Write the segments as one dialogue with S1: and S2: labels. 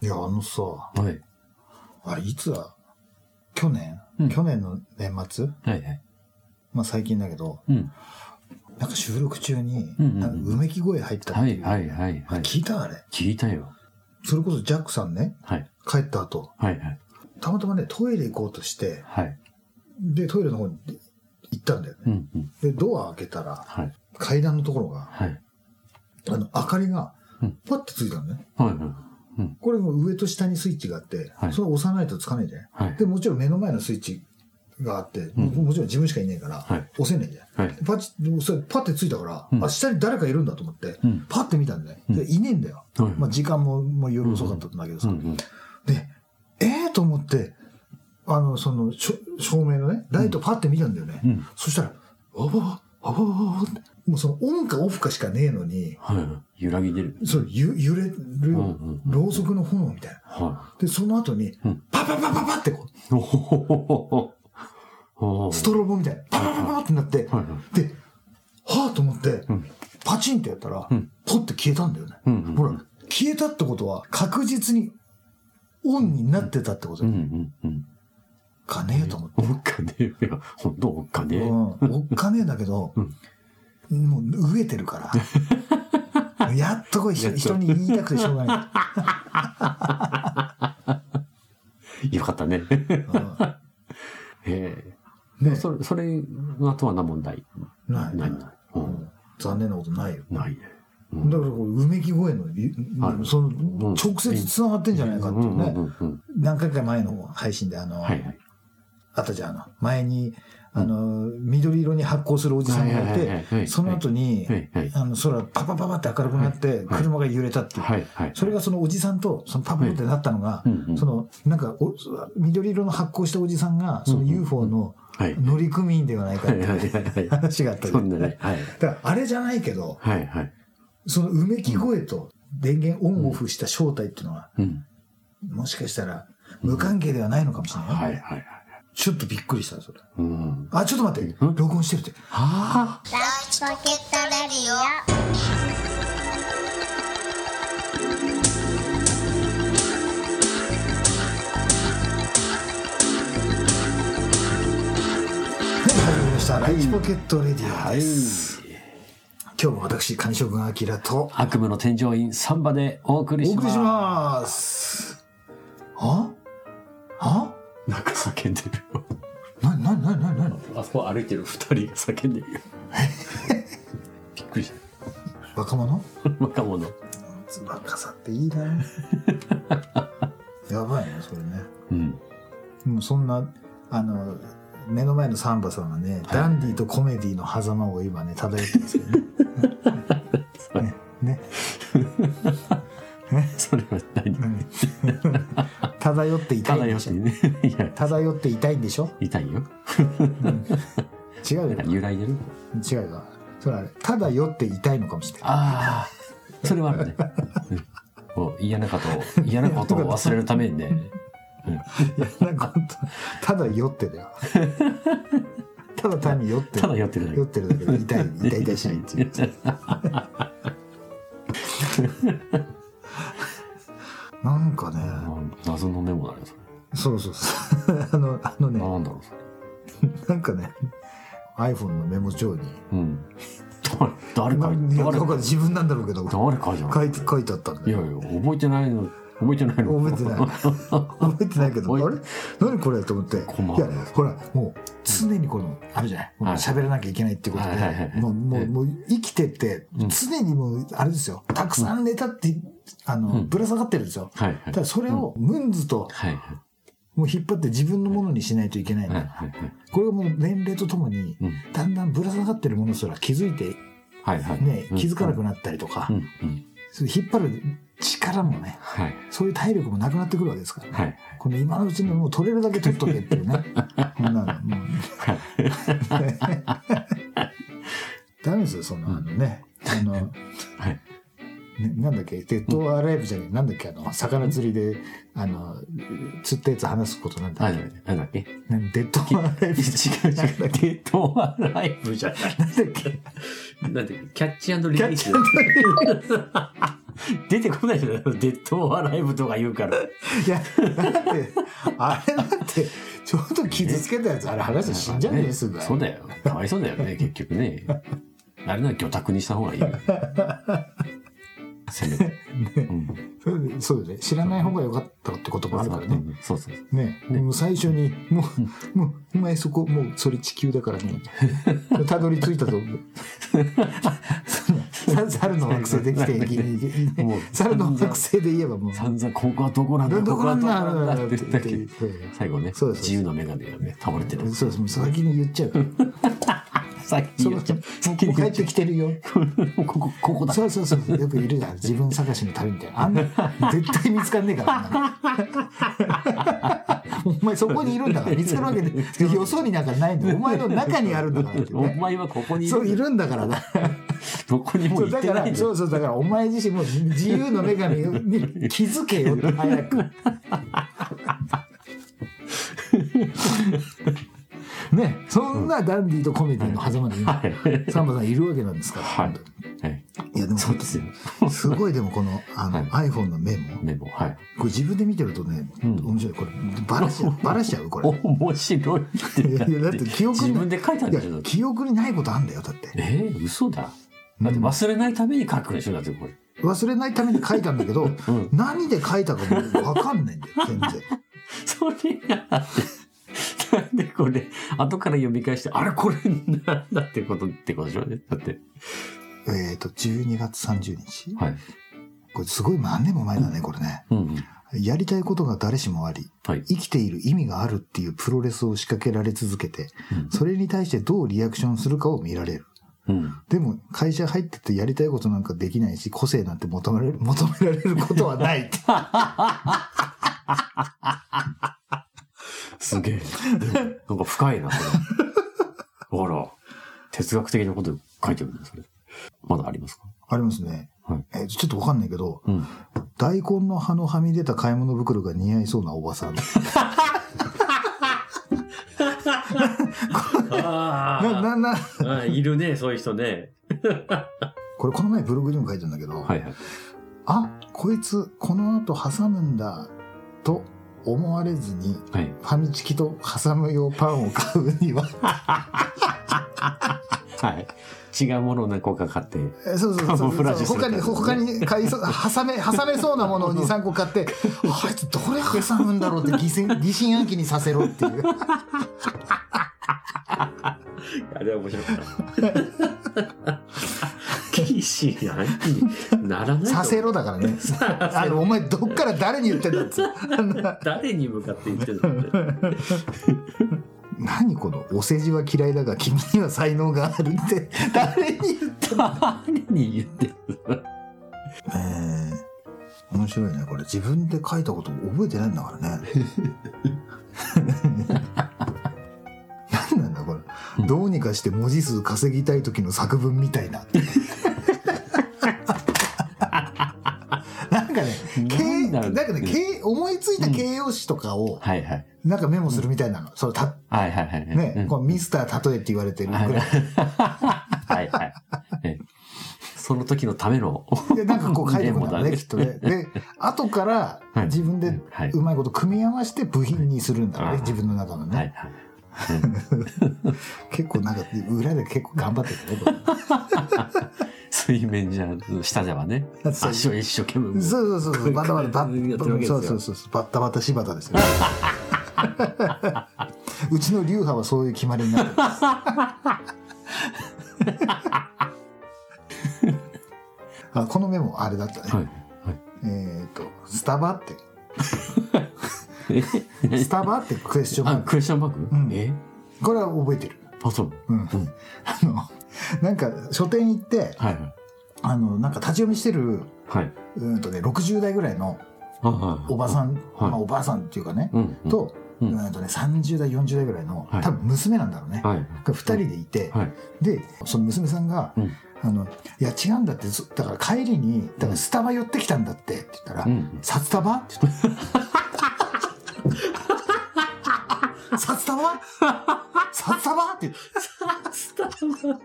S1: いや、あのさ、
S2: はい。
S1: あれ、いつだ去年、
S2: うん
S1: 去年の年末
S2: はいはい。
S1: まあ最近だけど、
S2: うん。
S1: なんか収録中に、
S2: うんうんうん
S1: なんかうめき声入ったっ
S2: は
S1: てい。
S2: いうはいはいはい。
S1: 聞いたあれ。
S2: 聞いたよ。
S1: それこそジャックさんね、
S2: はい。
S1: 帰った後、
S2: はいはい。
S1: たまたまね、トイレ行こうとして、
S2: はい。
S1: で、トイレの方に行ったんだよね。
S2: うんうん。
S1: で、ドア開けたら、
S2: はい。
S1: 階段のところが、
S2: はい。
S1: あの、明かりが
S2: うん、
S1: パッとついたのね。
S2: はいはい。うん。
S1: これもう上と下にスイッチがあって、
S2: はい
S1: それを押さないとつかないじゃない。
S2: はい
S1: で、。もちろん目の前のスイッチがあって、
S2: ん
S1: ももちろん自分しかいないから、
S2: はい
S1: 押せないじゃん。
S2: はい。
S1: パチッそれパッてついたから、
S2: うん
S1: あ下に誰かいるんだと思って、
S2: うん
S1: パッて見たんだよ。でいねえんだよ。
S2: はい
S1: まあ、時間ももう夜遅かったんだけど
S2: う
S1: さ。
S2: んうん。
S1: で、ええと思って、あの、その、しょ照明のね、ライトパッて見たんだよね。
S2: うん
S1: そしたら、あばば、あばばばって、もうそのオンかオフかしかねえのに、
S2: はい。揺らぎ出る。
S1: そうゆ揺れる
S2: んうんうん
S1: ろうそくの炎みたいな。
S2: は
S1: で、その後に
S2: うん、
S1: パパパパパってこう、
S2: い。おほほほほほ。
S1: ストロボみたいな、パパパパってなって、
S2: はいはい。
S1: で、はぁと思って
S2: ん、
S1: パチンってやったら
S2: うん、
S1: ポッて消えたんだよね
S2: うんうんうん。
S1: ほら、消えたってことは確実にオンになってたってこと
S2: うんうんうん。
S1: かねえと思って。
S2: おっかねえ。いや、ほんとおっかねえ。
S1: うん、おっかねえんだけど、もう飢えてる から。やっとこい、ひ人に言いたくてしょうがな
S2: よかったね。
S1: い。うん
S2: ええ。
S1: ね
S2: それ、それあとは何問題
S1: ない
S2: ない。う
S1: うんん残念なことないよ。
S2: ないね。うん
S1: だからこれ、うめき声の、い
S2: はい
S1: その、直
S2: ん
S1: 接繋がってんじゃないかっていうね
S2: うんう。んうん
S1: 何回か前の配信で、あの、
S2: はいはい。
S1: あとじゃんあの、前に、あの、緑色に発光するおじさんがい
S2: はいはいはいは
S1: て、
S2: い
S1: その後に
S2: はいはい、
S1: あの、空パパパパって明るくなって、
S2: はい
S1: 車が揺れたっていう。
S2: はいはい。
S1: それがそのおじさんと、そのパパってなったのが
S2: いうんう、ん
S1: その、なんかお、緑色の発光したおじさんが、その UFO の
S2: はい。
S1: 乗組員ではないか
S2: は
S1: っ
S2: い
S1: て
S2: はいはいはい。
S1: 話があったじ
S2: そ
S1: ゃん
S2: んなね。はい。
S1: だからあれじゃないけど、
S2: はいはい。
S1: そのうめき声と電源オンオフした正体っていうのは、
S2: うん。
S1: もしかしたら無関係ではないのかもしれないよね、
S2: はいはいはい。
S1: ちょっとびっくりした、それ。
S2: うん。
S1: あ、ちょっと待って、
S2: うん
S1: 録音してるって。
S2: はあ。
S3: ラウチポケットレディオ。
S1: はい、始まりました。ライチポケットレディオ
S2: は
S1: で
S2: い。
S1: す。今日も私、上将軍明と
S2: 悪夢の添乗員サンバでお送り
S1: お
S2: し
S1: 送
S2: ま
S1: り
S2: す。
S1: します。ああ
S2: なんか叫んでるよ。
S1: な、な、な、な、な、
S2: あそこ歩いてる二人が叫んでるよ。びっくりし
S1: 若者
S2: た。若者。
S1: 若さっていいな。 やばいね、それね。
S2: うん。
S1: もうそんな、あの、目の前のサンバさんはね、ダンディとコメディの狭間を今ね、漂ってますよ ね。ね。ね。
S2: それは何
S1: うん 漂っていた
S2: た
S1: い
S2: だ
S1: んで
S2: よ
S1: し
S2: し
S1: ょ
S2: ね。いや、
S1: 漂っていたいんでしょ
S2: 痛いよ。
S1: 違うよ
S2: なんか揺らいでる。
S1: 違うよそれはただ酔っていたいのかもしれない
S2: ああ。それはあるね。うん こう嫌なことを、嫌なことを忘れるためにね。
S1: なんか本当ただ酔って だよただ単に酔ってる
S2: ただ酔ってるだけ
S1: 酔ってるだけで痛い痛い痛いしないっていうなんかね
S2: うん謎のメモだね、それ。
S1: そうそうそう あのあのね
S2: なんだろう、それ。
S1: なんかね iPhone のメモ帳に
S2: うん。誰
S1: な
S2: か、
S1: ん
S2: 誰
S1: か
S2: か、
S1: 自分なんだろうけど
S2: 誰かじゃん。
S1: 書いて書いてあったんだよ
S2: いやいや、覚えてないの、覚えてないの。
S1: 覚えてない覚えてないけどあ
S2: 覚
S1: れ何これと思ってい
S2: 困
S1: や
S2: る
S1: ほらもう常にこのあるじゃないもう
S2: はい
S1: 喋らなきゃいけないっていうこと
S2: はいはいは
S1: で
S2: い
S1: もうも
S2: え
S1: う
S2: え
S1: もう生きてて
S2: うん
S1: 常にもうあれですよたくさんネタってあ
S2: う
S1: の
S2: ん
S1: ぶら下がってるんですよ
S2: はいは
S1: た
S2: い。
S1: だそれをムンズと
S2: はいはい。
S1: もう引っ張って自分のものにしないといけないん
S2: はい
S1: だ
S2: はいはい。
S1: これがもう年齢とともに
S2: うん。
S1: だんだんぶら下がってるものすら気づいて
S2: はいはい。
S1: ね
S2: うん
S1: 気づかなくなったりとか
S2: うんうん。
S1: そう引っ張る力もね
S2: はい。
S1: そういう体力もなくなってくるわけですからね
S2: はい。
S1: この今のうちにもう取れるだけ取っとけっていう ね。こんなの。もうダメですよ、そんな、あのね。あの、ね
S2: はい。
S1: なんだっけ、鉄塔アライブじゃねえ、なんだっけ、あの、魚釣りで、あの、釣ったやつ話すことなんだ
S2: あ
S1: っけ。
S2: なんだっけ 違
S1: ねデッドアライ
S2: う
S1: ブ
S2: 違う。デッドアライブじゃない。
S1: なんだっけ。
S2: なんてキャッチリリ
S1: キャ
S2: ー
S1: ッチ。
S2: ス
S1: アンドリリー
S2: 出てこないじゃないのデッドオアライブとか言うから。
S1: いや、だって、あれだって、ちょっと傷つけたやつ、あれ話死んじゃうねえすぐ。
S2: そうだよ。かわいそうだよね、結局ね。あれなら魚拓にした方がいいよ。せめて。うん
S1: そうだよそうだよね。知らない方が良かったってこともあるからね。。
S2: そうそうそう。
S1: ね、
S2: ね
S1: もう最初に、もう、もう、お前そこ、もう、それ地球だからね。たどり着い たと思う。猿の惑星できて、ギリギリ
S2: もう
S1: 猿の惑星で言えばもう、
S2: 散々、ここはどこなんだ、
S1: どこなんだ
S2: こ
S1: ろう
S2: はどこなんだ
S1: っ
S2: ってて言ったっけ
S1: 言って
S2: 最後ね、
S1: そうそうそう
S2: 自由の女神がね、倒れてる。
S1: そう です、もう先に言っちゃうから。
S2: さっき
S1: そ
S2: 言
S1: の
S2: っちゃう。
S1: もう帰ってきて るよ。
S2: ここ、ここだ。
S1: そうそうそう。よくいるじゃん。自分探しの旅みたいな。あんな、絶対見つかんねえからあんな の。お前そこにいるんだから見つかるわけで よそになんかないんだよお前の中にあるんだからって
S2: お
S1: ね
S2: 前はここにい
S1: そうい
S2: る。
S1: るんだからだ
S2: どこにも
S1: そ
S2: 行
S1: う
S2: っ
S1: だ
S2: て
S1: か
S2: な
S1: ら
S2: いんだよ
S1: そうそうだからお前自身も自由の女神に気づけよって早く ねそんなダンディーとコメディの狭間に今サンバさんいるわけなんですから、
S2: はい
S1: 本当に。
S2: はい。
S1: いやでも
S2: そうですよ。
S1: すごいでもこのあの、iPhone のメモ、
S2: メモ、はい。
S1: これ自分で見てるとね、
S2: うん
S1: 面白い。これ、バラし ちゃう、バラしちゃうこれ。
S2: 面白いって
S1: いやいやだって記憶に
S2: 自分で書いたん
S1: いや
S2: でしょだって
S1: 記憶にないことあんだよ、だって。
S2: えー、嘘だだって忘れないために書くでしょだってこれ
S1: 忘れないために書いたんだけど、
S2: うん
S1: 何で書いたかもわかんないんだよ、全然。
S2: それがあってなんでこれ後から読み返してあれこれなんだってことってことでしょだって
S1: えっと、12月30日。
S2: はい
S1: これすごい何年も前だね、これね。
S2: うんうん
S1: やりたいことが誰しもあり、
S2: はい、
S1: 生きている意味があるっていうプロレスを仕掛けられ続けて、それに対してどうリアクションするかを見られる。
S2: うんうん、
S1: でも会社入っててやりたいことなんかできないし、個性なんて求められる、 求められることはないって。
S2: すげえなんか深いなそ れあら哲学的なこと書いてるんだそれまだありますか
S1: ありますね。
S2: はい
S1: えーちょっとわかんないけど、
S2: うん
S1: 大根の葉のはみ出た買い物袋が似合いそうなおば さん。な、
S2: あ
S1: な、な、
S2: あいるねそういう人ね
S1: これこの前ブログにも書いてんだけど、
S2: はいはい
S1: あ、こいつこの後挟むんだと思われずに、
S2: はい
S1: ファミチキと挟む用パンを買うには、
S2: はい。違うものを何個か買っ て。
S1: えそうそうそう
S2: カ
S1: そ
S2: モフラージ
S1: う
S2: ュす
S1: 他に
S2: る
S1: 他に買いそう挟め挟めそうなものを23個買って あいつどれ挟むんだろうって疑心 疑心暗鬼にさせろっていう
S2: あれは面白かった。キーシーが気にならない。
S1: させ。ろだからねあのお前どっから誰に言ってんだっつう
S2: 誰に向かって言ってるんだって。
S1: 何このお世辞は嫌いだが君には才能があるって誰に言って
S2: 誰に言ってる
S1: えー面白いねこれ自分で書いたこと覚えてないんだからね何なんだこれどうにかして文字数稼ぎたい時の作文みたいななんかね形
S2: な
S1: なんん
S2: だ
S1: かね形思いついた形容詞とかを
S2: はいはい。
S1: なんかメモするみたいなの、そのた
S2: はいはいはい。
S1: ね、
S2: うん
S1: このミスター例えって言われてるぐらい
S2: はいはい。ええその時のための。
S1: で、なんかこう書いてくんだろう
S2: メモだね
S1: ね、きっとね。で、後から
S2: はい
S1: 自分で
S2: はいう
S1: まいこと組み合わせて部品にするんだろう
S2: はい
S1: ね、自分の中の
S2: はい
S1: ね。
S2: はい。
S1: 結構なんか裏で結構頑張ってるね こ
S2: 水面じゃ、下ではね。
S1: れ。そう
S2: 足を一生懸命。
S1: そうそうそうそう、バタバタ、バ
S2: やってるわけです
S1: ッ、そう
S2: よ
S1: そうそうそう、バッタバタ柴田ですよ。うちの流派はそういう決まりになってます。あこのメモあれだったね。
S2: はい。
S1: えっ、と、スタバって、
S2: はいえ
S1: スタバってクエスチョンマー
S2: あ、
S1: ク。
S2: クエスチョンマーク、
S1: ん
S2: え
S1: これは覚えてる。
S2: あ、そう。
S1: うん あの、なんか書店行って、
S2: はいはい。
S1: あの、なんか立ち読みしてる、
S2: はい。
S1: うーんとね、60代ぐらいの
S2: あはい
S1: おばさん、
S2: はい
S1: まあおばあさんっていうかね、
S2: うんうん
S1: と、
S2: う
S1: うんーんとね、30代、40代ぐらいの、
S2: はい
S1: 多分娘なんだろうね。
S2: はい。
S1: が二人でいて、
S2: はい。
S1: で、その娘さんが、
S2: うん
S1: あの、いや違うんだって、そだから帰りに、だからスタバ寄ってきたんだってって言ったら、
S2: うん
S1: 札束 って言った。札 束札束って言って
S2: スタバ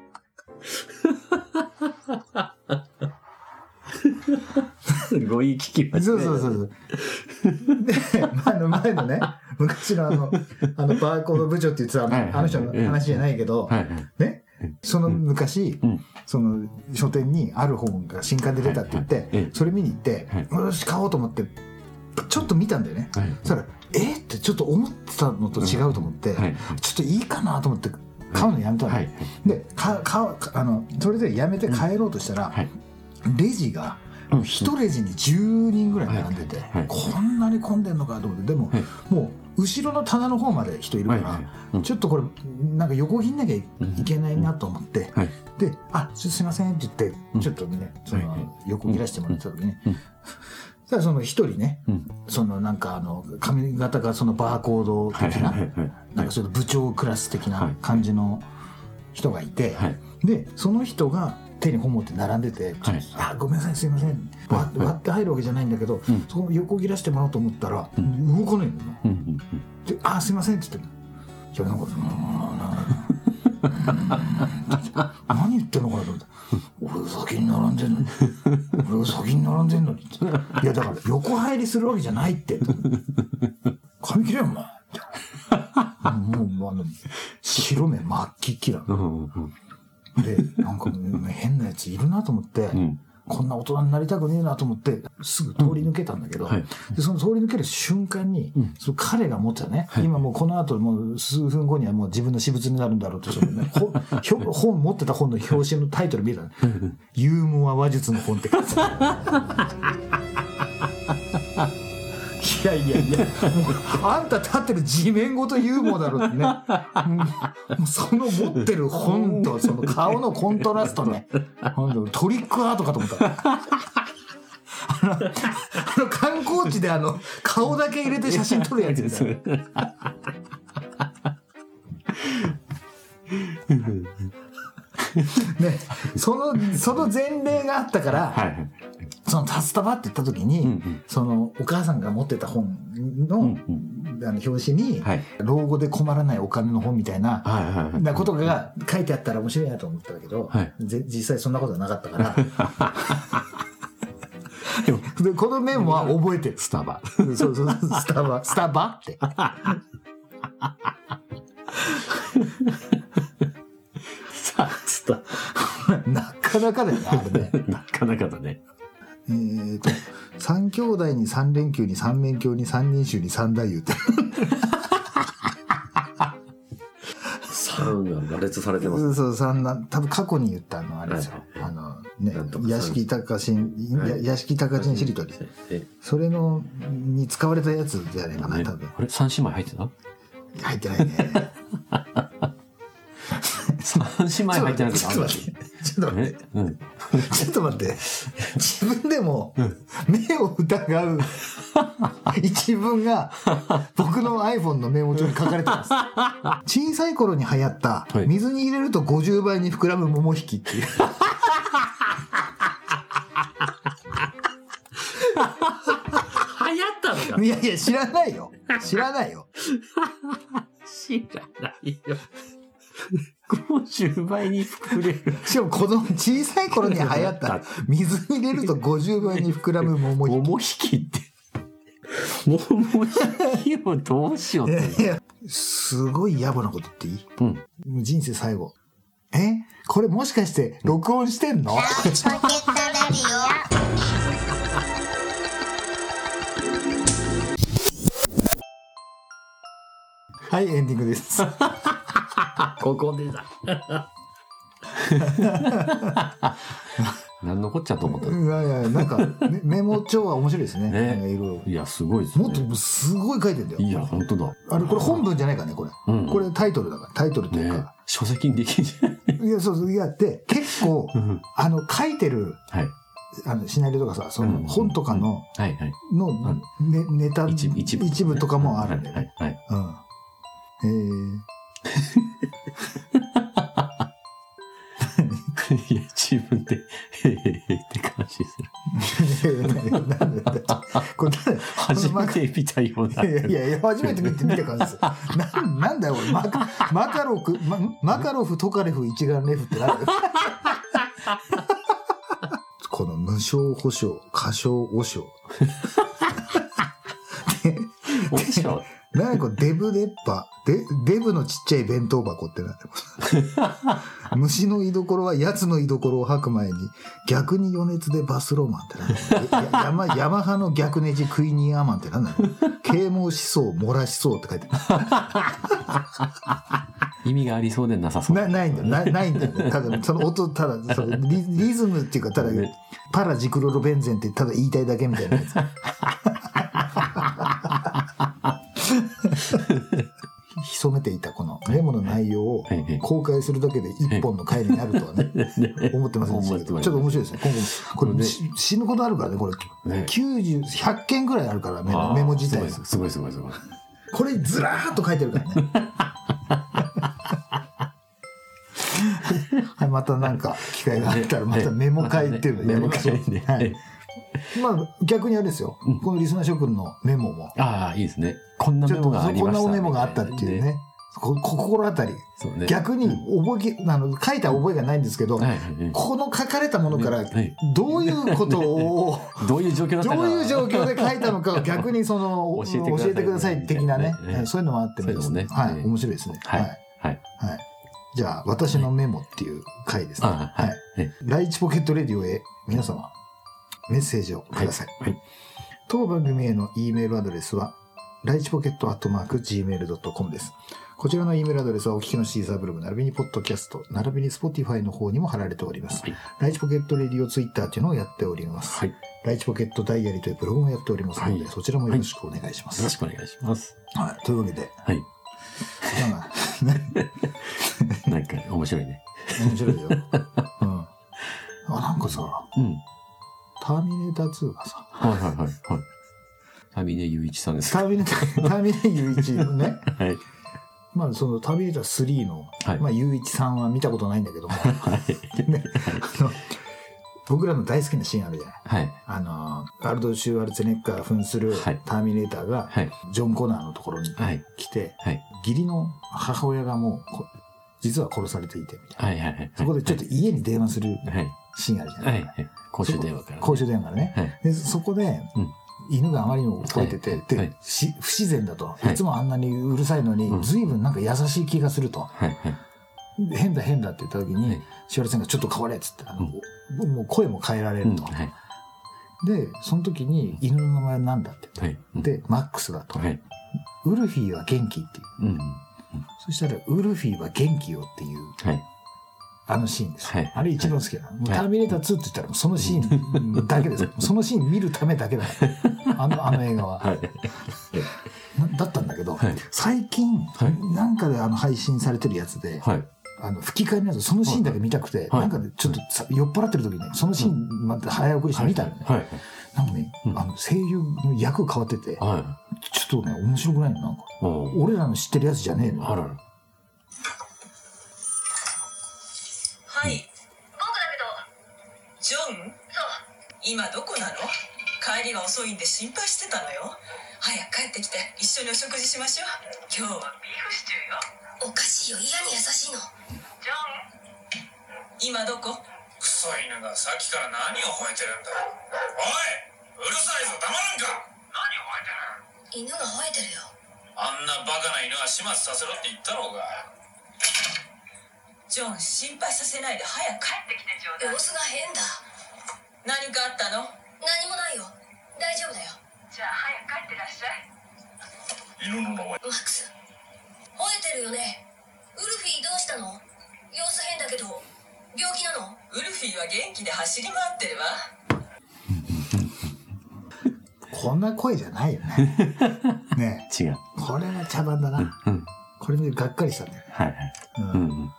S2: すごい聞きま
S1: そ
S2: す
S1: う
S2: ね。
S1: そうそうそう。で、あの前のね、昔のあの、あの、バーコード部長って言ってたあ
S2: はいはい
S1: のあの人の話じゃないけど、
S2: はいはい。
S1: ね、その昔
S2: うん、
S1: その書店にある本が新刊で出たって言っ
S2: はいはいえ
S1: て
S2: え、
S1: それ見に行って
S2: はい、
S1: よし、買おうと思って、ちょっと見たんだよね。
S2: はい。
S1: そしたら、えーってちょっと思ってたのと違うと思って、
S2: はい。
S1: ちょっといいかなと思って、買うのやめたの。
S2: はい。
S1: で、か、か、あの、それでやめて帰ろうとしたら
S2: はい、
S1: レジが、
S2: うん
S1: 一レジに10人ぐらい並んでて、
S2: はいはい
S1: こんなに混んでんのかと思ってでも、
S2: はい
S1: もう後ろの棚の方まで人いるか
S2: はい
S1: ら、
S2: はい。
S1: ちょっとこれなんか横切んなきゃいけないなと思って、
S2: はい。
S1: で「あちょっとすいません」って言って、
S2: うん
S1: ちょっとねそ
S2: は
S1: の
S2: いはい
S1: 横切らせてもらった時に、
S2: うん
S1: そしたらその一人ね
S2: うん。
S1: そのなんかあの髪型がそのバーコード
S2: はい。
S1: 的な,、
S2: はい。はい。
S1: なんかその部長クラス的
S2: はい
S1: な感じの人がいて、
S2: はい。
S1: でその人が手に本持って並んでて「
S2: はい
S1: あごめんなさいすいません」わ
S2: はい
S1: 割って入るわけじゃないんだけど、
S2: うん
S1: そこ横切らせてもらおうと思ったら、動かないのよ
S2: うんうん
S1: で「あすいません」って言って「いやなんかうんうん何言ってんのかなと思って「俺が先に並んでんのに俺が先に並んでんのに」って「いやだから横入りするわけじゃないって」髪切れよお前」ってもうあの白目真っ黄っきだ
S2: うん。うんうん
S1: でなんかもう変なやついるなと思って、
S2: うん。
S1: こんな大人になりたくねえなと思ってすぐ通り抜けたんだけど、
S2: はい。
S1: でその通り抜ける瞬間に、
S2: うん
S1: その彼が持ってたね、
S2: はい
S1: 今もうこの後もう数分後にはもう自分の私物になるんだろうとそのね、ほひょ本持ってた本の表紙のタイトル見 たら、ユーモア話術の本って書いてた。いやいやいや、 もうあんた立ってる地面ごとユーモアだろうってね。うんもうその持ってる本とその顔のコントラストね。ほんとトリックアートかと思った。あの観光地であの顔だけ入れて写真撮るやつみたいな。ね、そのその前例があったから、
S2: はいはい。
S1: その「タスタバ」って言った時に、
S2: うんうん
S1: そのお母さんが持ってた本の,、
S2: うん
S1: あの表紙に、
S2: はい。
S1: 老後で困らないお金の本」みたいな。
S2: はいはいはい。
S1: なことが書いてあったら面白いなと思ったけど、
S2: はい
S1: ぜ実際そんなことはなかった から
S2: でも
S1: でこの面は覚えて る
S2: スタバ。
S1: そうそうそうスタバスタバって
S2: さあ、スタ
S1: なかなかだよねあれね
S2: なかなかだね。
S1: えー、と三兄弟に三連休に三面鏡に三人衆に三太夫って
S2: 三が羅列されてます。
S1: そうそう三男多分過去に言ったあのあれですよ、
S2: はい
S1: あのね
S2: なんとかさん
S1: 屋敷隆新
S2: はい
S1: や屋敷隆新しりとり
S2: え、
S1: それのに使われたやつじゃないかな
S2: ね
S1: 多分
S2: あれ三姉妹入ってた
S1: 入ってないね
S2: 三姉妹入ってなくて
S1: ちょっと待ってちょっと待って
S2: えうん。
S1: ちょっと待 って自分でも目を疑う一文が僕の iPhone のメモ帳に書かれて ます小さい頃に流行った
S2: はい
S1: 水に入れると50倍に膨らむ桃引きっていう
S2: 流行ったのか
S1: いやいや知らないよ知らないよ
S2: 知らないよ。50倍に膨れる。
S1: しかも子供小さい頃に流行った水に入れると50倍に膨らむ桃 引き
S2: 桃引きって。桃引きをどうしようって。
S1: いやすごい野暮なことっていい
S2: うん。
S1: もう人生最後えこれもしかして録音してんの
S3: ポケットラジオ
S1: はいエンディング です
S2: ここでだ。何のこっちゃと思ったの
S1: いやいや、なんか、メメモ帳は面白いですね。
S2: ね
S1: なんかいろいろ
S2: いや、すごいですね。
S1: もっとすごい書いてんだよ。
S2: いや、本当だ。
S1: あれ、これ本文じゃないからね、これ。
S2: うん
S1: これタイトルだから、タイトルという
S2: ね
S1: か。
S2: 書籍にで きんじゃない
S1: いや、そうそう、いや、で、結構、あの、書いてる、
S2: はい。
S1: あの、シナリオとかさ、そ
S2: うん
S1: の、本とかの、
S2: はいはい。
S1: の、ね、ネタ、
S2: 一部、一部。
S1: 一部とかもあるんだよ
S2: は
S1: ね。
S2: いはいは
S1: うん。え
S2: い。
S1: ー
S2: い や、自分で、へへへって感じする。
S1: なんだなんだこれ誰
S2: 初めて見たような。
S1: いやいやいや、初めて見て見た感じです。なんなんだよ、俺。マカマカロフ、ママカロフ、トカレフ、一眼レフってなんだよ。 この無償保障、過小保障。
S2: おしょ
S1: 何これデブ出っ歯。で、デブのちっちゃい弁当箱ってなんだよ虫の居所は奴の居所を吐く前に、逆に余熱でバスロマンってなんだよや山、ヤマハの逆ネジクイニーアーマンってなんだよ啓蒙思想、漏らしそうって書いてあ
S2: 意味がありそうでなさそ
S1: る。
S2: う。
S1: な、ないんだよ。なない んだよ。ただ、その音、ただ、そのリリズムっていうか、ただ
S2: ね、
S1: パラジクロロベンゼンってただ言いたいだけみたいなや つ。潜めていたこのメモの内容を
S2: はいはい
S1: 公開するだけで一本の回になるとはね、 思ってませんでしたけど、
S2: 思って
S1: ち
S2: ません
S1: ょっと面白いですね。今後、これ
S2: ね
S1: し死ぬことあるからね、これ。
S2: ね
S1: 90、100件ぐらいあるから、メ
S2: あ
S1: モ
S2: ー
S1: メモ自体が。
S2: すごいすごいすごいすごい。
S1: これずらーっと書いてるから ね。はい、またなんか機会があったらまたメモ会っていうのやりましょう
S2: メモ会ね。
S1: はい。まあ逆にあれですよ。このリスナー諸君のメモも、
S2: ああ、いいですね。こんな
S1: ち
S2: メ
S1: ょっと
S2: モがあ
S1: そう
S2: り
S1: こん
S2: まし
S1: な
S2: た。
S1: おメモがあったっていう。ね。こ心当たり。
S2: そうね。
S1: 逆に覚えきあの書いた覚えがないんですけど、
S2: はいはいはい
S1: この書かれたものから
S2: はい
S1: どういうことを
S2: どういう状況だった
S1: ど
S2: か。
S1: ういう状況で書いたのかを逆にその
S2: 教えてください
S1: 教えてください的なね
S2: みたいなね
S1: はいそういうのもあってもいいです
S2: そうい
S1: ね。
S2: うのもね
S1: はい、
S2: うん
S1: 面白いですね。は
S2: はいい。はい。
S1: はい。じゃあ私のメモっていう回ですね。
S2: ああ、
S1: は。
S2: はいい。ね
S1: 第一ポケットレディオへ皆様メッセージをください。
S2: はいはい
S1: 当番組への E メールアドレスは第一ポケットアットマーク gmail.com です。こちらの E メールアドレスはお聞きのシーサーブログ並びにポッドキャスト並びに Spotify の方にも貼られております。
S2: はい
S1: 第一ポケットレディオツイッターというのをやっております。
S2: はい。よ
S1: ライチポケットダイアリーというブログもやっておりますので、
S2: はい
S1: そちらもよろしくお願いします。
S2: ろしくお願いします。
S1: はい、というわけで、
S2: はい。
S1: なんか
S2: なんか面白いね。
S1: 面白 いよ。うん、あなんかさ、
S2: うん。
S1: ターミネーター2がさ、
S2: はいはいはいはい。タミネユイチさんです。
S1: ター
S2: は
S1: ミネーター、タ ーミネーター U1 のね、
S2: い。
S1: まあそのターミネーター3の、
S2: はい
S1: まあ U1 さんは見たことないんだけども、
S2: はい。
S1: ね、あの僕らの大好きなシーンあるじゃない。
S2: はい。
S1: あの、アルド・シュワルツェネッガー扮する
S2: はい
S1: ターミネーターが、
S2: はい。
S1: ジョン・コナーのところに
S2: はい。
S1: 来て、
S2: はい。
S1: 義理の母親がもうこ、実は殺されていて、みたいな。
S2: はいはいはい。
S1: そこでちょっと家に電話する
S2: はい。
S1: シーンあるじゃ
S2: は
S1: ないい。
S2: はい。公衆電話からね。
S1: 公衆電話がね。
S2: はい。
S1: で、そこで
S2: うん、
S1: 犬があまりにも吠えてて、
S2: はいは
S1: で
S2: い
S1: し不自然だと、
S2: はい
S1: い。つもあんなにうるさいのに
S2: う、ん
S1: 随分なんか優しい気がすると。
S2: はいはい。
S1: で変だ変だって言った時に、
S2: はい
S1: しおりさんがちょっと変われっつって、あの
S2: うん
S1: もうもう声も変えられ
S2: う
S1: る
S2: ん
S1: と。
S2: はい。
S1: で、その時に犬の名前は何だって
S2: はい。うん
S1: 言って。で、マックスだと。
S2: はい。
S1: ウルフィーは元気っていう。
S2: うん。
S1: そしたら、ウルフィーは元気よっていう
S2: はい。
S1: あのシーンです。
S2: はい
S1: あれ一番好きなの。もう
S2: はい
S1: ターミネーター2って言ったらもうそのシーンだけです。そのシーン見るためだけだ から。あの、あの映画は。
S2: はい。
S1: なだったんだけど、
S2: はい
S1: 最近、
S2: はい
S1: なんかであの配信されてるやつで、
S2: はい。
S1: あの吹き替えのやつ、そのシーンだけ見たくて、
S2: はい
S1: なんかでちょっとさ酔っ払ってる時に、そのシーンまた早送りして見たのね。
S2: はい。
S1: なんかね、
S2: うん
S1: あの声優の役変わってて、
S2: は
S1: ちょっとね、面白くないのなんか。
S2: い。おー
S1: 俺らの知ってるやつじゃねえの。
S2: あらら。
S3: 僕だけど
S4: はい、ジョン
S3: そう
S4: 今どこなの帰りが遅いんで心配してたのよ早く帰ってきて一緒にお食事しましょう今日は
S3: ビーフシチューよ
S4: おかしいよ嫌に優しいの
S3: ジョン
S4: 今どこ
S5: クソ犬がさっきから何を吠えてるんだおいうるさいぞ黙らんか何を吠えてる
S4: 犬が吠えてるよ
S5: あんなバカな犬は始末させろって言ったろうが
S4: ジョン心配させないで早く帰
S3: 帰ってきてちょうだい
S4: 子が変だ何かあったの何もないよ大丈夫だよ
S3: じゃあ早く帰ってらっしゃい
S5: 犬の名
S4: マッ
S5: 前
S4: クス吠えてるよねウルフィどうしたの様子変だけど病気なのウルフィは元気で走り回ってるわ
S1: こんな声じゃないよね。 ね
S2: 違う。
S1: えこれは茶番だな。
S2: うん。
S1: これでがっかりしたんだよね。
S2: はいはい。
S1: うん
S2: うんうんうん。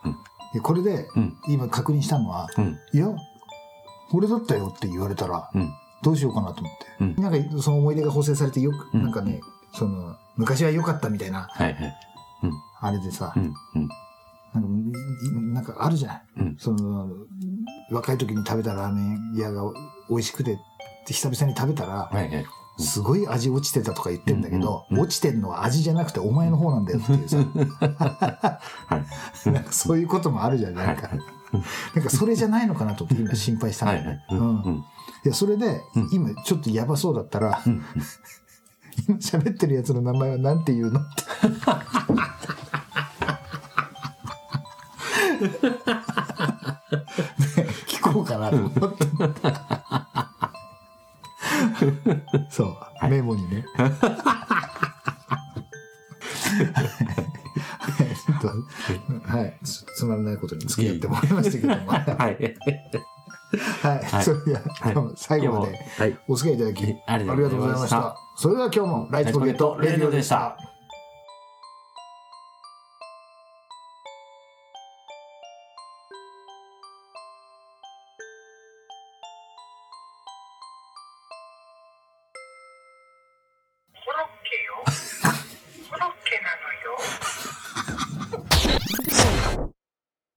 S1: でこれで
S2: うん
S1: 今確認したのは、
S2: うん
S1: いや俺だったよって言われたら
S2: うん。
S1: どうしようかなと思って、
S2: うん
S1: なんかその思い出が補正されてよく、
S2: うん
S1: なんかねその昔は良かったみたいな
S2: はいはい。
S1: あれでさ、
S2: うんうん。
S1: なんかいなんかあるじゃない、
S2: うん
S1: その若い時に食べたラーメン屋が美味しくてって久々に食べたら、
S2: はいはい。
S1: すごい味落ちてたとか言ってんだけど、
S2: うんうんうん
S1: 落ちてんのは味じゃなくてお前の方なんだよっていうさ、
S2: はい。
S1: なんかそういうこともあるじゃんないか。なんかそれじゃないのかなと思って今心配したん
S2: は
S1: だ
S2: い
S1: よ
S2: はい
S1: ね。。
S2: う
S1: うん
S2: うんん。
S1: いや、それで、今ちょっとやばそうだったら、 今喋ってるやつの名前はなんて言うの って。ね聞こうかなと思 って。そう、メモに ね。ちょっとはい、ちょっとつまらないことに付き合ってもらいましたけども。は
S2: はい。
S1: い、それでは、今日も最後ま
S2: 今
S1: で
S2: 日もはい。
S1: お付き合いいただき、あ
S2: あ
S1: り
S2: り
S1: が
S2: が
S1: と
S2: と
S1: う
S2: う
S1: ご
S2: ご
S1: ざいま
S2: ざいま
S1: し
S2: したた。
S1: それでは今日もライチポケットレディオでした。
S3: コロッケよ。